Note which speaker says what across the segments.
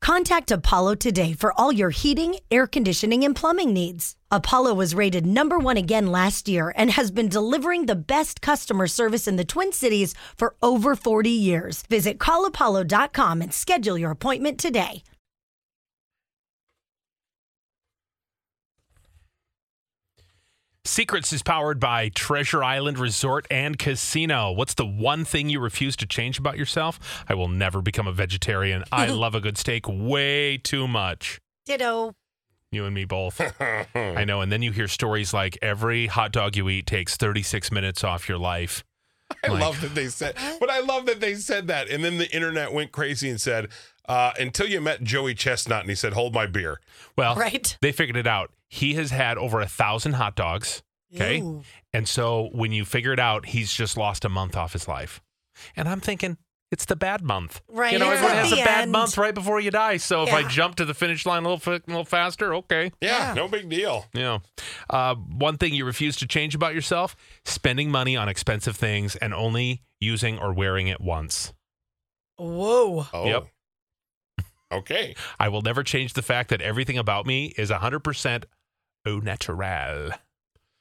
Speaker 1: Contact Apollo today for all your heating, air conditioning, and plumbing needs. Apollo was rated number one again last year and has been delivering the best customer service in the Twin Cities for over 40 years. Visit callapollo.com and schedule your appointment today.
Speaker 2: Secrets is powered by Treasure Island Resort and Casino. What's the one thing you refuse to change about yourself? I will never become a vegetarian. I love a good steak way too much.
Speaker 1: Ditto.
Speaker 2: You and me both. I know. And then you hear stories like every hot dog you eat takes 36 minutes off your life.
Speaker 3: I
Speaker 2: Like-
Speaker 3: love that they said, but I love that they said that. And then the internet went crazy and said, uh, until you met Joey Chestnut and he said, hold my beer.
Speaker 2: Well,
Speaker 1: Right.
Speaker 2: they figured it out. He has had over a thousand hot dogs. Okay.
Speaker 1: Ooh.
Speaker 2: And so when you figure it out, he's just lost a month off his life. And I'm thinking, it's the bad month.
Speaker 1: Right,
Speaker 2: You know,
Speaker 1: it's
Speaker 2: everyone
Speaker 1: at
Speaker 2: has a
Speaker 1: the
Speaker 2: bad
Speaker 1: end.
Speaker 2: month right before you die. So if I
Speaker 1: Yeah.
Speaker 2: jump to the finish line a little, fi- a little faster, okay.
Speaker 3: Yeah,
Speaker 1: Yeah.
Speaker 3: no big deal.
Speaker 2: Yeah. Uh, one thing you refuse to change about yourself spending money on expensive things and only using or wearing it once.
Speaker 1: Whoa.
Speaker 3: Oh.
Speaker 2: Yep.
Speaker 3: Okay.
Speaker 2: I will never change the fact that everything about me is 100% au naturel.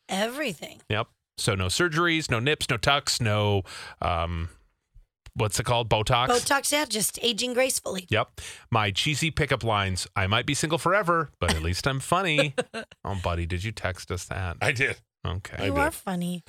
Speaker 1: Everything.
Speaker 2: Yep. So no surgeries, no nips, no tucks, no um, what's it called? Botox.
Speaker 1: Botox, yeah, just aging gracefully.
Speaker 2: Yep. My cheesy pickup lines. I might be single forever, but at least I'm funny. oh, buddy, did you text us that?
Speaker 3: I did.
Speaker 2: Okay.
Speaker 1: you are funny.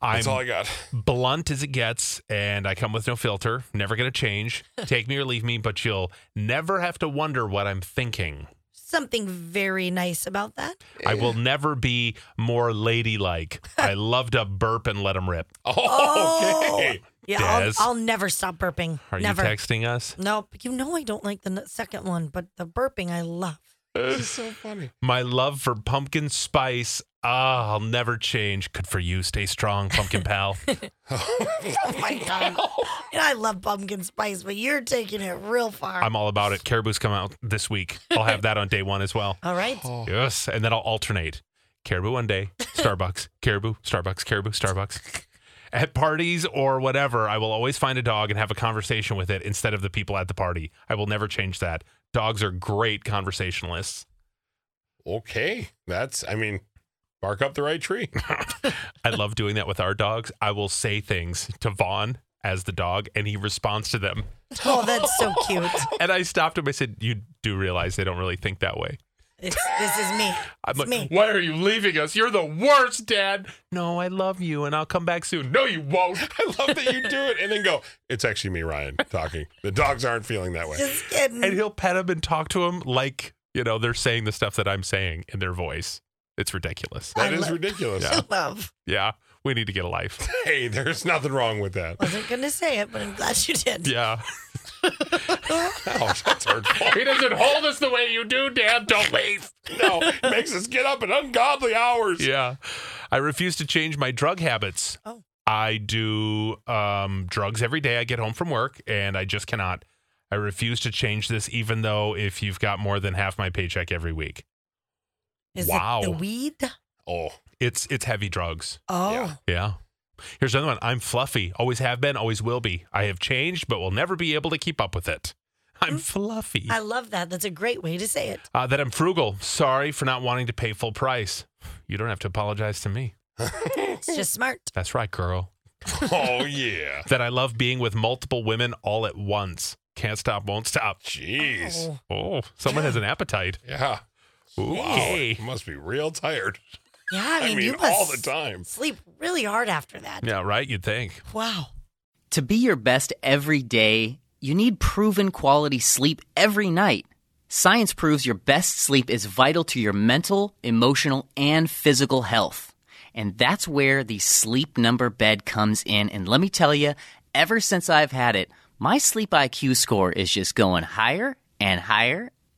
Speaker 3: That's all
Speaker 2: I'm
Speaker 3: I got.
Speaker 2: blunt as it gets, and I come with no filter. Never going to change. Take me or leave me, but you'll never have to wonder what I'm thinking.
Speaker 1: Something very nice about that.
Speaker 2: I will never be more ladylike. I love to burp and let 'em rip.
Speaker 3: Oh, okay.
Speaker 1: Yeah, I'll,
Speaker 2: Des.
Speaker 1: I'll never stop burping.
Speaker 2: Are
Speaker 1: never.
Speaker 2: you texting us?
Speaker 1: Nope. You know I don't like the n- second one, but the burping I love.
Speaker 3: This is so funny.
Speaker 2: My love for pumpkin spice. Ah, I'll never change. Good for you. Stay strong, pumpkin pal.
Speaker 1: Oh my god! and I love pumpkin spice, but you're taking it real far.
Speaker 2: I'm all about it. Caribou's come out this week. I'll have that on day one as well.
Speaker 1: all right.
Speaker 2: Yes. And then I'll alternate Caribou one day, Starbucks, Caribou, Starbucks, Caribou, Starbucks. At parties or whatever, I will always find a dog and have a conversation with it instead of the people at the party. I will never change that. Dogs are great conversationalists.
Speaker 3: Okay. That's, I mean, bark up the right tree.
Speaker 2: I love doing that with our dogs. I will say things to Vaughn as the dog, and he responds to them.
Speaker 1: Oh, that's so cute.
Speaker 2: And I stopped him. I said, "You do realize they don't really think that way."
Speaker 1: It's, this is me.
Speaker 2: I'm
Speaker 1: It's
Speaker 2: like,
Speaker 1: me.
Speaker 2: why are you leaving us? You're the worst, Dad. No, I love you, and I'll come back soon. No, you won't.
Speaker 3: I love that you do it and then go, it's actually me, Ryan, talking. The dogs aren't feeling that way.
Speaker 1: Just kidding.
Speaker 2: And he'll pet him and talk to him like you know they're saying the stuff that I'm saying in their voice. It's ridiculous.
Speaker 3: That
Speaker 1: I
Speaker 3: is
Speaker 1: lo-
Speaker 3: ridiculous.
Speaker 1: I love.
Speaker 2: Yeah, we need to get a life.
Speaker 3: Hey, there's nothing wrong with that.
Speaker 1: Wasn't gonna say it, but I'm glad you did.
Speaker 2: Yeah,
Speaker 3: Oh, that's hurtful.
Speaker 2: he doesn't hold us the way you do, Dad. Don't leave.
Speaker 3: No, it makes us get up at ungodly hours.
Speaker 2: Yeah, I refuse to change my drug habits.
Speaker 1: Oh.
Speaker 2: I do um, drugs every day. I get home from work, and I just cannot. I refuse to change this, even though if you've got more than half my paycheck every week,
Speaker 1: Is
Speaker 2: Wow.
Speaker 1: it the weed?
Speaker 3: Oh,
Speaker 2: it's it's heavy drugs.
Speaker 1: Oh,
Speaker 3: Yeah.
Speaker 2: Yeah. Here's another one. I'm fluffy. Always have been, always will be. I have changed, but will never be able to keep up with it. I'm fluffy.
Speaker 1: Mm. I love that. That's a great way to say it.
Speaker 2: Uh, that I'm frugal. Sorry for not wanting to pay full price. You don't have to apologize to me.
Speaker 1: It's just smart.
Speaker 2: That's right, girl.
Speaker 3: oh yeah.
Speaker 2: That I love being with multiple women all at once. Can't stop, won't stop.
Speaker 3: Jeez.
Speaker 1: Oh.
Speaker 2: Oh, someone has an appetite.
Speaker 3: Yeah. Wow.
Speaker 2: Okay.
Speaker 3: You must be real tired.
Speaker 1: Yeah, I
Speaker 3: I
Speaker 1: mean,
Speaker 3: mean,
Speaker 1: you must
Speaker 3: all the time.
Speaker 1: sleep really hard after that.
Speaker 2: Yeah, right? You'd think.
Speaker 1: Wow.
Speaker 4: To be your best every day, you need proven quality sleep every night. Science proves your best sleep is vital to your mental, emotional, and physical health. And that's where the sleep number bed comes in. And let me tell you, ever since I've had it, my sleep IQ score is just going higher and higher.